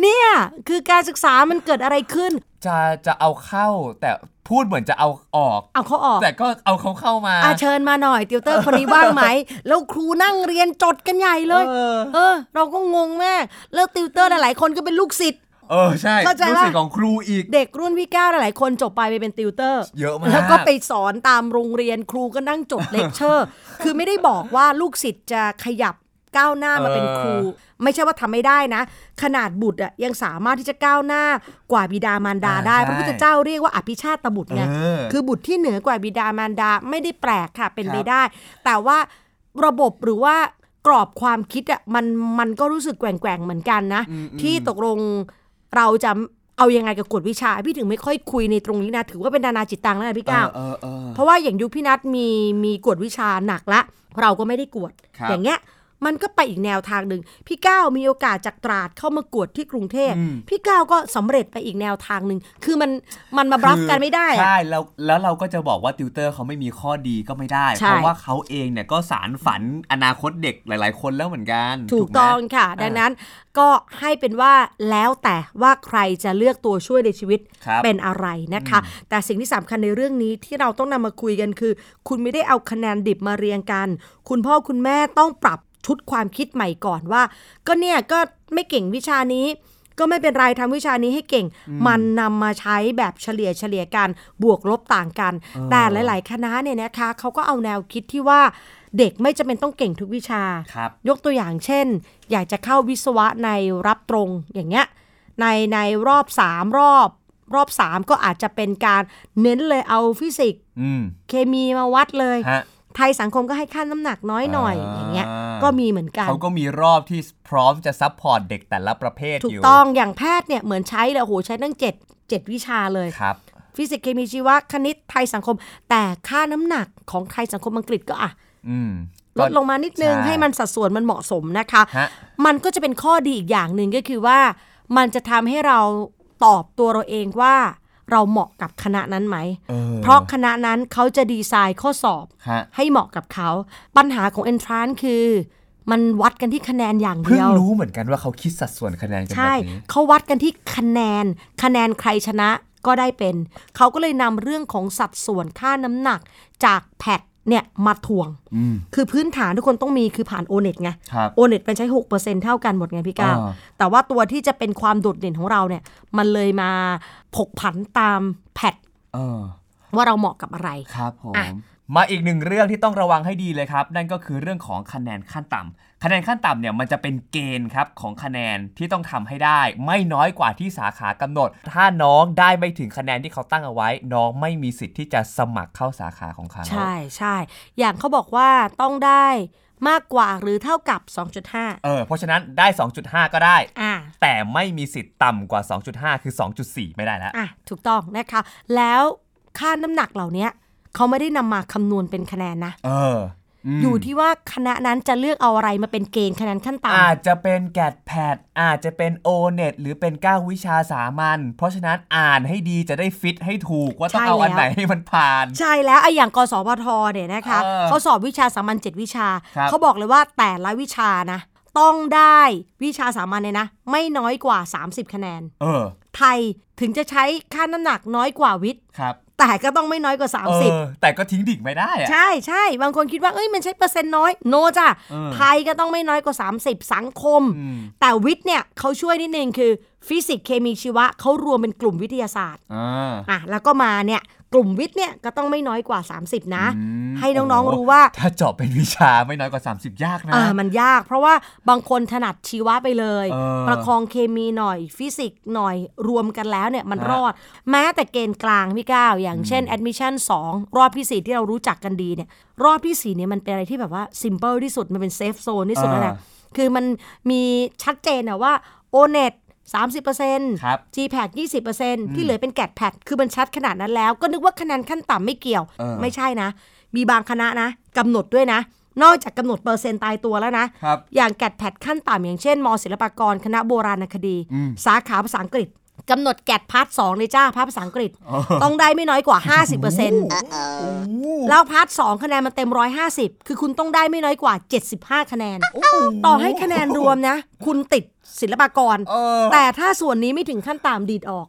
Speaker 2: เนี่ย คือการศึกษามันเกิดอะไรขึ้น
Speaker 3: จะจะเอาเข้าแต่พูดเหมือนจะเอาออก
Speaker 2: เอาเขาออก
Speaker 3: แต่ก็เอาเขาเข้ามา
Speaker 2: อาเชิญมาหน่อยติวเตอร์คนนี้ว่างไหม แล้วครูนั่งเรียนจดกันใหญ่เลย
Speaker 3: เออ
Speaker 2: เออ เราก็งงแม่แล้วติวเตอร์หลายๆคนก็เป็นลูกศิษย์
Speaker 3: เออใช่
Speaker 2: เข้าใจปะ
Speaker 3: รู้สึกของครูอีก
Speaker 2: เด็กรุ่นพี่เก้าหลายๆคนจบไปไปเป็นติวเตอร์
Speaker 3: เยอะมาก
Speaker 2: แล้วก็ไปสอนตามโรงเรียนครูก็นั่งจดเลคเชอร์ (laughs) คือไม่ได้บอกว่าลูกศิษย์จะขยับก้าวหน้ามาเป็นครู ไม่ใช่ว่าทำไม่ได้นะ ขนาดบุตรอะยังสามารถที่จะก้าวหน้ากว่าบิดามารดาได้ พระพุทธเจ้าเรียกว่าอภิชาตบุตรไง
Speaker 3: เออ
Speaker 2: คือบุตรที่เหนือกว่าบิดามารดาไม่ได้แปลกค่ะเป็น
Speaker 3: ครับ
Speaker 2: ไปได้ แต่ว่าระบบหรือว่ากรอบความคิดอ่ะมันมันก็รู้สึกแกว่งๆเหมือนกันนะ ที่ตกลงเราจะเอายังไงกับกฎวิชา พี่ถึงไม่ค่อยคุยในตรงนี้นะ ถือว่าเป็นนานาจิตตังแล้วนะพี่ก้าว
Speaker 3: เออเออ
Speaker 2: เพราะว่าอย่างยุคพี่นัทมีมีกวดวิชาหนักละ เราก็ไม่ได้กวด
Speaker 3: ครับ
Speaker 2: อย่างเงี้ยมันก็ไปอีกแนวทางหนึ่งพี่ก้าวมีโอกาสจากตราดเข้ามากวดที่กรุงเทพพี่ก้าวก็สำเร็จไปอีกแนวทางหนึ่งคือมันมันมาบลัฟกันไม่ได้อะ
Speaker 3: ใช่แล้วแล้วเราก็จะบอกว่าติวเตอร์เขาไม่มีข้อดีก็ไม่ได้
Speaker 2: ใช่
Speaker 3: เพราะว่าเขาเองเนี่ยก็สารฝันอนาคตเด็กหลาย ๆ คนแล้วเหมือนกัน
Speaker 2: ถูก
Speaker 3: ไหม
Speaker 2: ต้องค่ะ
Speaker 3: อ่า
Speaker 2: ดังนั้นก็ให้เป็นว่าแล้วแต่ว่าใครจะเลือกตัวช่วยในชีวิต
Speaker 3: ครับ
Speaker 2: เป็นอะไรนะคะ แต่สิ่งที่สำคัญในเรื่องนี้ที่เราต้องนำมาคุยกันคือ คุณไม่ได้เอาคะแนนดิบมาเรียงกัน คุณพ่อคุณแม่ต้องปรับชุดความคิดใหม่ก่อนว่า ก็เนี่ยก็ไม่เก่งวิชานี้ ก็ไม่เป็นไรทำวิชานี้ให้เก่ง มันนำมาใช้แบบเฉลี่ยเฉลี่ยกันบวกลบต่างกัน แต่หลาย ๆ คณะเนี่ยนะคะเขาก็เอาแนวคิดที่ว่าเด็กไม่จำเป็นต้องเก่งทุกวิชา
Speaker 3: ครับ
Speaker 2: ยกตัวอย่างเช่น อยากจะเข้าวิศวะในรับตรงอย่างเงี้ยในในรอบ 3 รอบรอบ 3 ก็อาจจะเป็นการเน้นเลยเอาฟิสิกส์
Speaker 3: อืม
Speaker 2: เคมีมาวัดเลย
Speaker 3: ฮะ
Speaker 2: ไทยสังคมก็ให้ค่าน้ำหนักน้อยหน่อย
Speaker 3: อ่า
Speaker 2: อย่างเงี้ยก็มีเหมือนกัน
Speaker 3: เขาก็มีรอบที่พร้อมจะซัพพอร์ตเด็กแต่ละประเภท
Speaker 2: ถู
Speaker 3: อก ยู่
Speaker 2: ต้องอย่างแพทย์เนี่ยเหมือนใช้เลยโอ้โหใช้ตั้ง 7 7 วิชาเลย
Speaker 3: ครับ
Speaker 2: ฟิสิกส์เคมีชีวะคณิตไทยสังคม แต่ค่าน้ำหนักของไทยสังคมอังกฤษก็อ่ะ
Speaker 3: อืม
Speaker 2: ลดลงมานิดนึง
Speaker 3: ช่
Speaker 2: ให้มันสัดส่วนมันเหมาะสมนะคะ
Speaker 3: ฮะ
Speaker 2: มันก็จะเป็นข้อดีอีกอย่างหนึ่งก็คือว่า มันจะทำให้เราตอบตัวเราเองว่าเราเหมาะกับคณะนั้นไหม
Speaker 3: เออ
Speaker 2: เพราะคณะนั้นเขาจะดีไซน์ข้อสอบ
Speaker 3: ฮะ
Speaker 2: ให้เหมาะกับเขา ปัญหาของ entrance คือ มันวัดกันที่คะแนนอย่าง
Speaker 3: เพิ่
Speaker 2: เดี
Speaker 3: ง
Speaker 2: ยว
Speaker 3: รู้เหมือนกันว่าเขาคิดสัดส่วนคะแนนกันแบ
Speaker 2: ใช่
Speaker 3: บนี้
Speaker 2: เขาวัดกันที่คะแนน คะแนนใครชนะก็ได้เป็น เขาก็เลยนำเรื่องของสัดส่วนค่าน้ำหนักจากแพทเนี่ยมาทวง คือพื้นฐานทุกคนต้องมีคือผ่านโอเน็ตไง
Speaker 3: ครับ
Speaker 2: โอเน็ตมันใช้ 6%เท่ากันหมดไงพี่ก้าว
Speaker 3: อ่า
Speaker 2: แต่ว่าตัวที่จะเป็นความโดดเด่นของเราเนี่ย มันเลยมาผกผันตามแพท
Speaker 3: เออ
Speaker 2: ว่าเราเหมาะกับอะไร
Speaker 3: ครับผม
Speaker 2: อ่ะ
Speaker 3: มาอีกหนึ่งเรื่องที่ต้องระวังให้ดีเลยครับ นั่นก็คือเรื่องของคะแนนขั้นต่ำ คะแนนขั้นต่ำเนี่ยมันจะเป็นเกณฑ์ครับของคะแนนที่ต้องทำให้ได้ ไม่น้อยกว่าที่สาขากำหนด ถ้าน้องได้ไม่ถึงคะแนนที่เขาตั้งเอาไว้ น้องไม่มีสิทธิ์ที่จะสมัครเข้าสาขาของเขา
Speaker 2: ใช่ใช่อย่างเขาบอกว่าต้องได้มากกว่าหรือเท่ากับ 2.5
Speaker 3: เออเพราะฉะนั้นได้ 2.5 ก็ได้
Speaker 2: อ่า
Speaker 3: แต่ไม่มีสิทธิ์ต่ำกว่า 2.5 คือ 2.4 ไม่ได้แล้ว
Speaker 2: อ่ะถูกต้องนะคะ แล้วค่าน้ำหนักเหล่าเนี้ยเขาไม่ได้นำมาคำนวณเป็นคะแนนนะ
Speaker 3: เออม
Speaker 2: อยู่ที่ว่าคณะนั้นจะเลือกเอาอะไรมาเป็นเกณฑ์คะแนนขั้นต่
Speaker 3: อาจจะเป็นแกดแพดอาจจะเป็นโอเน็ตหรือเป็นเก้าวิชาสามัญเพราะฉะนั้นอ่านให้ดีจะได้ฟิตให้ถูกว่าต้องเอาอันไหนให้มันผ่าน
Speaker 2: ำใช่แล้วไอ้อย่างกสพทเนี่ยนะคะ
Speaker 3: เออ
Speaker 2: เขาสอบวิชาสามัญ7วิชา
Speaker 3: ครับ
Speaker 2: เขาบอกเลยว่าแต่ละวิชานะ ต้องได้วิชาสามัญเนี่ยนะ ไม่น้อยกว่า 30 คะแนน
Speaker 3: เออ
Speaker 2: ไทยถึงจะใช้ค่าน้ำหนักน้อยกว่าวิทย์
Speaker 3: ครับ
Speaker 2: แต่ก็ต้องไม่น้อยกว่า
Speaker 3: เอ
Speaker 2: 30
Speaker 3: อแต่ก็ทิ้งดิ่งไม่ได้อะ
Speaker 2: ใช่ใช่บางคนคิดว่าเอ้ยมันใช้เปอร์เซ็นต์น้อยโนจ้ะ
Speaker 3: เออ
Speaker 2: ไทยก็ต้องไม่น้อยกว่า 30 สังคม
Speaker 3: อืม
Speaker 2: แต่วิทย์เนี่ยเขาช่วยนิดนึงคือฟิสิกส์เคมีชีวะเขารวมเป็นกลุ่มวิทยาศาสตร์
Speaker 3: อ่า
Speaker 2: อ่ะแล้วก็มาเนี่ยกลุ่มวิทย์เนี่ยก็ต้องไม่น้อยกว่า 30 นะ
Speaker 3: อืม
Speaker 2: ให้น้อง
Speaker 3: โอ้
Speaker 2: ๆ
Speaker 3: โห
Speaker 2: รู้ว่า
Speaker 3: ถ้าเจาะเป็นวิชาไม่น้อยกว่า 30 ยากนะ
Speaker 2: อ่ามันยาก เพราะว่าบางคนถนัดชีวะไปเลย
Speaker 3: เออ
Speaker 2: ประคองเคมีหน่อยฟิสิกส์หน่อยรวมกันแล้วเนี่ยมัน
Speaker 3: ฮะ
Speaker 2: รอด แม้แต่เกณฑ์กลางพี่ก้าวอย่างเช่น admission 2 รอบที่สี่ที่เรารู้จักกันดีเนี่ยรอบที่สี่เนี่ยมันเป็นอะไรที่แบบว่า simple ที่สุดมันเป็น safe zone ที่สุดแล้วแหละ
Speaker 3: อ่
Speaker 2: คือมันมีชัดเจนอะว่า o n e t 30%
Speaker 3: ครับ
Speaker 2: g p a t 20%ที่เหลือเป็นแกดแพดคือมันชัดขนาดนั้นแล้ว ก็นึกว่าคะแนนขั้นต่ำไม่เกี่ยว
Speaker 3: เออ
Speaker 2: ไม่ใช่นะ มีบางคณะนะกำหนดด้วยนะ นอกจากกำหนดเปอร์เซ็นต์ตายตัวแล้วนะ
Speaker 3: ครับ
Speaker 2: อย่างแกดแพดขั้นต่ำอย่างเช่นมศิลปากรคณะโบราณคดี
Speaker 3: อืม
Speaker 2: สาขาภาษาอังกฤษกำหนดแกดพาร์ทสองเลยจ้าพาร์ทภาษาอังกฤษ
Speaker 3: อ๋อ
Speaker 2: ต้องได้ไม่น้อยกว่า 50%แล้วพาร์ทสองคะแนนมันเต็ม 150 คือคุณต้องได้ไม่น้อยกว่า 75 คะแนน ต่อให้คะแนนรวมนะ คุณติดศิลปากร
Speaker 3: เออ
Speaker 2: แต่ถ้าส่วนนี้ไม่ถึงขั้นตามดีดออก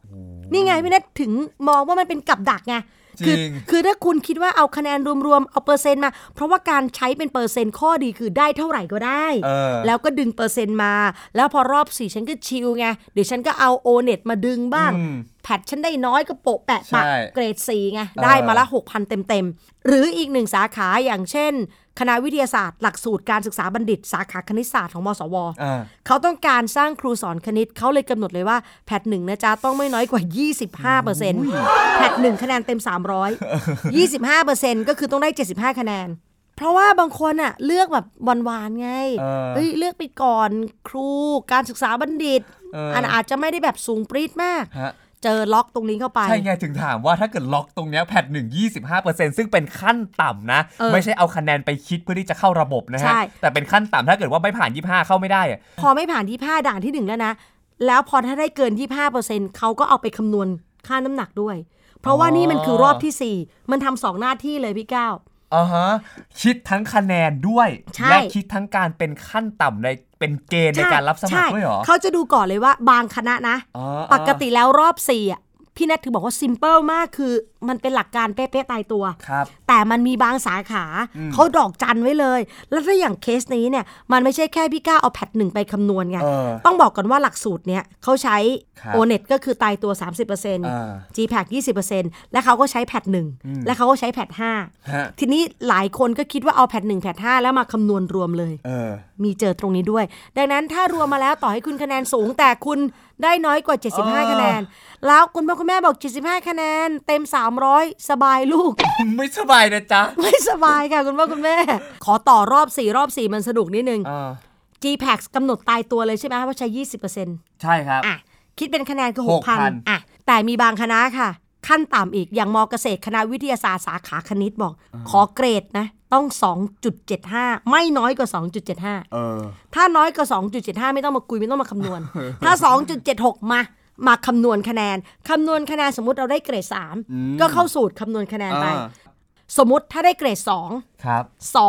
Speaker 2: นี่ไงพี่เนัทถึงมองว่ามันเป็นกับดักไงคื
Speaker 3: จริง
Speaker 2: คือถ้าคุณคิดว่าเอาคะแนนรวมๆ เอาเปอร์เซ็นต์มา เพราะว่าการใช้เป็นเปอร์เซ็นต์ข้อดีคือได้เท่าไหร่ก็ได้
Speaker 3: เออ
Speaker 2: แล้วก็ดึงเปอร์เซ็นต์มา แล้วพอรอบสี่ฉันก็ชิลไง เดี๋ยวฉันก็เอาโอเน็ตมาดึงบ้าง
Speaker 3: อืม
Speaker 2: แพทฉันได้น้อยก็โปะแปะปะ
Speaker 3: ใช่
Speaker 2: เกรดสี่ไง ได้มาละ 6,000 เต็มๆ หรืออีกหนึ่งสาขาอย่างเช่น คณะวิทยาศาสตร์หลักสูตรการศึกษาบัณฑิต สาขาคณิตศาสตร์ของมสว
Speaker 3: อ่า
Speaker 2: เขาต้องการสร้างครูสอนคณิตเขาเลยกำหนดเลยว่าแพทหนึ่งนะจ๊ะ ต้องไม่น้อยกว่า 25เปอร์เซ็นต์แพทหนึ่งคะแนนเต็ม 300 25เปอร์เซ็นต์ก็คือต้องได้ 75 คะแนน เพราะว่าบางคนอะเลือกแบบหวานๆไง
Speaker 3: เออ
Speaker 2: เอ้ยเลือกไปก่อนครูการศึกษาบัณฑิต
Speaker 3: เอออั
Speaker 2: อันอาจจะไม่ได้แบบสูงปรี๊ดมาก
Speaker 3: ฮะ
Speaker 2: เจอล็อกตรงนี้เข้าไป
Speaker 3: ใช่ไงถึงถามว่าถ้าเกิดล็อกตรงเนี้ยแพทหนึ่งยี่สิบห้าเปอร์เซ็นซึ่งเป็นขั้นต่ำนะ
Speaker 2: เออ
Speaker 3: ไม่ใช่เอาคะแนนไปคิดเพื่อที่จะเข้าระบบนะฮะ
Speaker 2: ใช่
Speaker 3: แต่เป็นขั้นต่ำถ้าเกิดว่าไม่ผ่านยี่ห้าเข้าไม่ได้อะ
Speaker 2: พอไม่ผ่านที่5ด่านที่ 1 แล้วนะ แล้วพอถ้าได้เกิน 25%เขาก็เอาไปคำนวณค่าน้ำหนักด้วย เพราะว่านี่มันคือรอบทีสี่ 4 มันทำสองหน้าที่เลยพี่ก้าว
Speaker 3: อ่าฮะ คิดทั้งคะแนนด้วย
Speaker 2: ใช่
Speaker 3: และคิดทั้งการเป็นขั้นต่ำในเป็นเกณฑ์ในการรับสมัคร
Speaker 2: ใช่
Speaker 3: ด้วยเหรอ
Speaker 2: เขาจะดูก่อนเลยว่าบางคณะนะ
Speaker 3: อ๋อ
Speaker 2: ปกติแล้วรอบ 4 อ่ะ พี่แนัทถือบอกว่าซิมเ l ิลมากคือ มันเป็นหลักการเป๊ะๆตายตัว
Speaker 3: ครับ
Speaker 2: แต่มันมีบางสาขา เขาดอกจันไว้เลย แล้วถ้าอย่างเคสนี้เนี่ย มันไม่ใช่แค่พี่ก้าวเอาแพทหนึ่งไปคำนวณไง
Speaker 3: เออ
Speaker 2: ต้องบอกก่อนว่าหลักสูตรเนี่ยเขาใช้
Speaker 3: ครับ
Speaker 2: โอเน็ตก็คือตายตัว
Speaker 3: า
Speaker 2: 30% g p a c 20%และเขาก็ใช้แพทหนึ่งและเขาก็ใช้แพทห้า
Speaker 3: ฮะ
Speaker 2: ทีนี้หลายคนก็คิดว่าเอาแพทหนึ่งแพทห้าแล้วมาคำนวณรวมเลย
Speaker 3: เออ (laughs)
Speaker 2: มีเจอตรงนี้ด้วย ดังนั้นถ้ารวมมาแล้วต่อให้คุณคะแนนสูง แต่คุณได้น้อยกว่า
Speaker 3: อ่า
Speaker 2: 75 คะแนน แล้วคุณพ่อคุณแม่บอก 75 คะแนน เต็ม 300 สบายลูก
Speaker 3: ไม่สบายนะจ๊ะ
Speaker 2: ไม่สบายค่ะ คุณพ่อคุณแม่ ขอต่อรอบ 4 รอบ 4 มันสนุกนิดนึง
Speaker 3: อ่า
Speaker 2: g p a c กำหนดตายตัวเลยใช่ไหมว่าใช้ 20%อ
Speaker 3: ใช่ครับ
Speaker 2: ่ะ คิดเป็นคะแนนคือ
Speaker 3: 6,000
Speaker 2: 6,000อ่ะแต่มีบางคณะค่ะ ขั้นต่ำอีกอย่างมเกษตรคณะวิทยาศาสตร์สาขาคณิตบอก ขอเกรดนะต้อง 2.75 ไม่น้อยกว่า 2.75
Speaker 3: เออ
Speaker 2: ถ้าน้อยกว่า 2.75 ไม่ต้องมาคุย ไม่ต้องมาคำน
Speaker 3: (laughs)
Speaker 2: วณ ถ้า 2.76 มา มาคำนวณคะแนน คำนวณคะแนนสมมติเราได้เกรด 3 ก็เข้าสูตรคำนวณคะแนนไป
Speaker 3: อ่า
Speaker 2: สมมติถ้าได้เกรด 2
Speaker 3: ครับ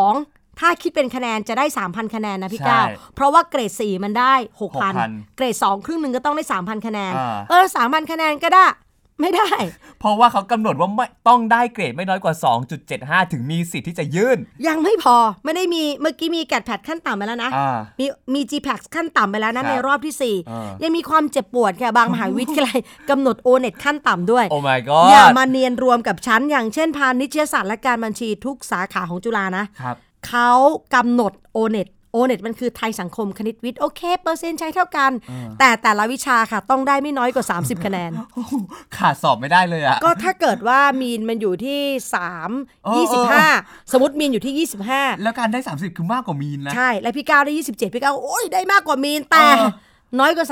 Speaker 2: 2 ถ้าคิดเป็นคะแนนจะได้ 3,000 คะแนนนะพี่
Speaker 3: ใช่
Speaker 2: ก้าวเพราะว่าเกรด 4 มันได้ 6,000
Speaker 3: 6,000
Speaker 2: เกรด 2 ครึ่งหนึ่งก็ต้องได้ 3,000 คะแนน
Speaker 3: อ่า
Speaker 2: เออ 3,000 คะแนนก็ได้ ไม่ได้ (laughs)
Speaker 3: เพราะว่าเขากำหนดว่าไม่ต้องได้เกรดไม่น้อยกว่า 2.75 ถึงมีสิทธิ์ที่จะยื่น
Speaker 2: ยังไม่พอไม่ได้มีเมื่อกี้มีแกดแพดขั้นต่ำไปแล้วนะ
Speaker 3: อ่า
Speaker 2: มีมี g p a c ขั้นต่ำไปแล้วนะครับในรอบที่
Speaker 3: อ่า
Speaker 2: 4
Speaker 3: ยั
Speaker 2: ยังมีความเจ็บปวดค่ะบางมหาวิทยาลัย กำหนดโอเน็ตขั้นต่ำด้วย
Speaker 3: โอ้ my
Speaker 2: อย่
Speaker 3: god
Speaker 2: มาเนียนรวมกับชั้น อย่างเช่นพาณิชยศาสตร์และการบัญชีทุกสาขาของจุฬานะ
Speaker 3: ครับ
Speaker 2: เขากำหนดโอเน็ตโอ เน็ตมันคือไทยสังคมคณิตวิทย์โอเค เปอร์เซ็นต์ใช้เท่ากัน แต่แต่ละวิชาค่ะต้องได้ไม่น้อยกว่า 30 คะแน
Speaker 3: (laughs)
Speaker 2: น
Speaker 3: ขาดสอบไม่ได้เลยอะ
Speaker 2: ก็ถ้าเกิดว่ามีนมันอยู่ที่
Speaker 3: เออ
Speaker 2: 3 25 สมมติมีนอยู่ที่ 25
Speaker 3: แล้วการได้ 30 คือมากกว่ามีนนะ
Speaker 2: ใช่ และพี่ก้าวได้ 27 พี่ก้าวโอ้ยได้มากกว่ามีนแต่
Speaker 3: เออ
Speaker 2: น้อยกว่า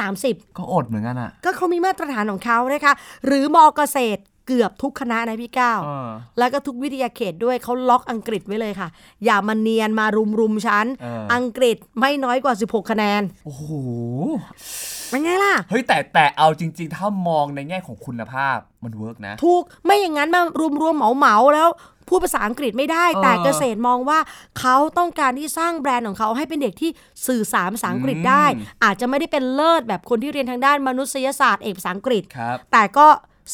Speaker 3: ก็อดเหมือนกันอะ
Speaker 2: 30 ก็เขามีมาตรฐานของเขานะคะ หรือมอเกษตรเกือบทุกคณะนะพี่ก้าว
Speaker 3: เออ
Speaker 2: แล้วก็ทุกวิทยาเขตด้วยเขาล็อกอังกฤษไว้เลยค่ะ อย่ามาเนียนมารุมรุมๆฉัน
Speaker 3: เอออั
Speaker 2: อังกฤษไม่น้อยกว่า 16 คะแนน
Speaker 3: โอ้โห
Speaker 2: เป็นไงล่ะ
Speaker 3: เฮ้ยแต่แต่เอาจริง ๆ ถ้ามองในแง่ของคุณภาพมันเวิร์กนะ
Speaker 2: ถูกไม่อย่างนั้นมารวมรวมๆเหมาเหมาๆแล้วพูดภาษาอังกฤษไม่ได้
Speaker 3: เออ
Speaker 2: แต่เกษตรมองว่าเขาต้องการที่สร้างแบรนด์ของเขาให้เป็นเด็กที่สื่อสารภาษาอังกฤษได้
Speaker 3: อืม
Speaker 2: อาจจะไม่ได้เป็นเลิศแบบคนที่เรียนทางด้านมนุษยศาสตร์เอกภาษาอังกฤษ
Speaker 3: ครับ
Speaker 2: แต่ก็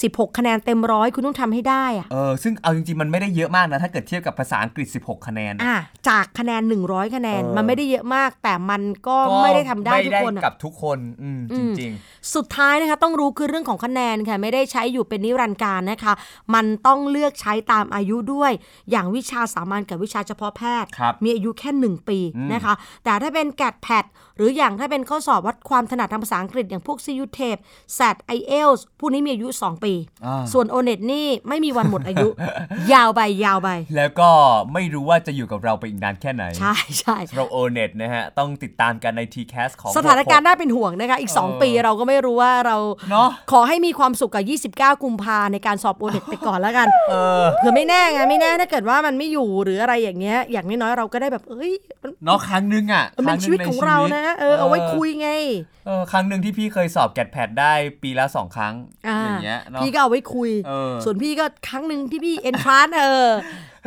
Speaker 2: 16 คะแนนเต็มร้อยคุณต้องทำให้ได้อะ
Speaker 3: เออซึ่งเอาจริงๆ มันไม่ได้เยอะมากนะ ถ้าเกิดเทียบกับภาษาอังกฤษ 16 คะแนน
Speaker 2: อ่ะจากคะแนน 100 คะแนน
Speaker 3: เออ
Speaker 2: มันไม่ได้เยอะมาก แต่มันก็ไม่ได้ทำได้ทุกคน
Speaker 3: ไม่
Speaker 2: อะ
Speaker 3: ได้กับทุกคนอืมจริง
Speaker 2: สุดท้ายนะคะต้องรู้คือเรื่องของคะแนนค่ะ ไม่ได้ใช้อยู่เป็นนิรันดร์การนะคะ มันต้องเลือกใช้ตามอายุด้วย อย่างวิชาสามัญกับวิชาเฉพาะแพทย์
Speaker 3: ครับ
Speaker 2: มีอายุแค่ 1 ปี
Speaker 3: อืม
Speaker 2: นะคะ แต่ถ้าเป็นแกดแพดหรืออย่างถ้าเป็นข้อสอบวัดความถนัดทางภาษาอังกฤษอย่างพวก CU t a p e s a t i e l t s พวกนี้มีอายุ 2 ปี
Speaker 3: ๆอ่า
Speaker 2: ส่วน o n e t นี่ไม่มีวันหมดอา
Speaker 3: (laughs)
Speaker 2: ยุ ยาวไปยาวไป
Speaker 3: แล้วก็ไม่รู้ว่าจะอยู่กับเราไปอีกนานแค่ไหน
Speaker 2: ใช่ใช่
Speaker 3: เราโอเน็ตนะฮะ ต้องติดตามกันใน TCAS ของ
Speaker 2: สถานการณ์
Speaker 3: ห
Speaker 2: น่าเป็นห่วงนะคะ อีก
Speaker 3: เออ
Speaker 2: 2 ปีเราก็ไม่รู้ว่าเรา
Speaker 3: เนาะ
Speaker 2: ขอให้มีความสุขกับ 29 กุมภาในการสอบโอเน็ตไปก่อนแล้วกัน
Speaker 3: เออ
Speaker 2: เผื่อไม่แน่ไงไม่แน่ถ้าเกิดว่ามันไม่อยู่หรืออะไรอย่างเงี้ย อย่างน้อยๆเราก็ได้แบบ เอ้ยมัน
Speaker 3: เนาะครั้งหนึงอ่ะ
Speaker 2: มันเป็น
Speaker 3: ค
Speaker 2: ชีวิต
Speaker 3: ห
Speaker 2: ของ
Speaker 3: ใ
Speaker 2: เรานะเออเอาไว้คุยไง
Speaker 3: เออครั้งหนึ่งที่พี่เคยสอบแกดแพดได้ปีละสองครั้งอย่างเงี้ยเนาะ
Speaker 2: พี่ก็เอาไว้คุย
Speaker 3: เออ
Speaker 2: ส่วนพี่ก็ครั้งหนึ่งที่พี่เอนทรานเอ
Speaker 3: (laughs)
Speaker 2: อ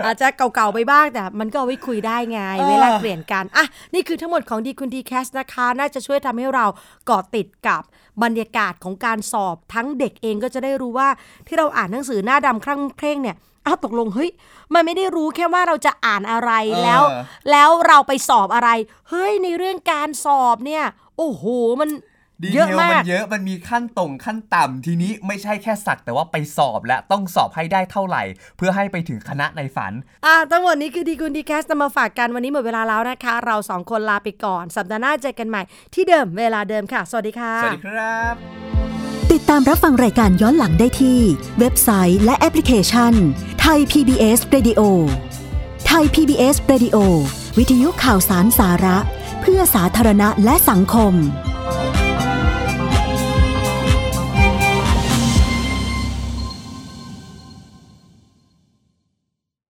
Speaker 2: อาจจะเก่าๆไปบ้างแต่มันก็เอาไว้คุยได้ไง เวลาเปลี่ยนกันอ่ะนี่คือทั้งหมดของดีคุณดีแคสนะคะ น่าจะช่วยทำให้เราเกาะติดกับบรรยากาศของการสอบทั้งเด็กเองก็จะได้รู้ว่าที่เราอ่านหนังสือหน้าดำครั่งเคร่งเนี่ยอ้าวตกลงเฮ้ยมันไม่ได้รู้แค่ว่าเราจะอ่านอะไรแล้ว
Speaker 3: เออ
Speaker 2: แล้วเราไปสอบอะไร เฮ้ยในเรื่องการสอบเนี่ย โอ้โหมัน
Speaker 3: ดี
Speaker 2: เย
Speaker 3: เท
Speaker 2: อะ
Speaker 3: ล
Speaker 2: มา
Speaker 3: มั
Speaker 2: ก
Speaker 3: นเยอะมันมีขั้นตรงขั้นต่ำทีนี้ไม่ใช่แค่สักแต่ว่าไปสอบและต้องสอบให้ได้เท่าไหร่ เพื่อให้ไปถึงคณะในฝัน
Speaker 2: อ่ะทั้งหมดนี้คือดีคุณดีแคสต์นำมาฝากกันวันนี้หมดเวลาแล้วนะคะ เราสองคนลาไปก่อน สัปดาห์หน้าเจอกันใหม่ที่เดิมเวลาเดิมค่ะ สวัสดีค่ะ
Speaker 3: สวัสดีครับ
Speaker 5: ติดตามรับฟังรายการย้อนหลังได้ที่ เว็บไซต์และแอปพลิเคชันไทย PBS Radio ไทย PBS Radio วิทยุข่าวสารสาระ เพื่อสาธารณะและสังคม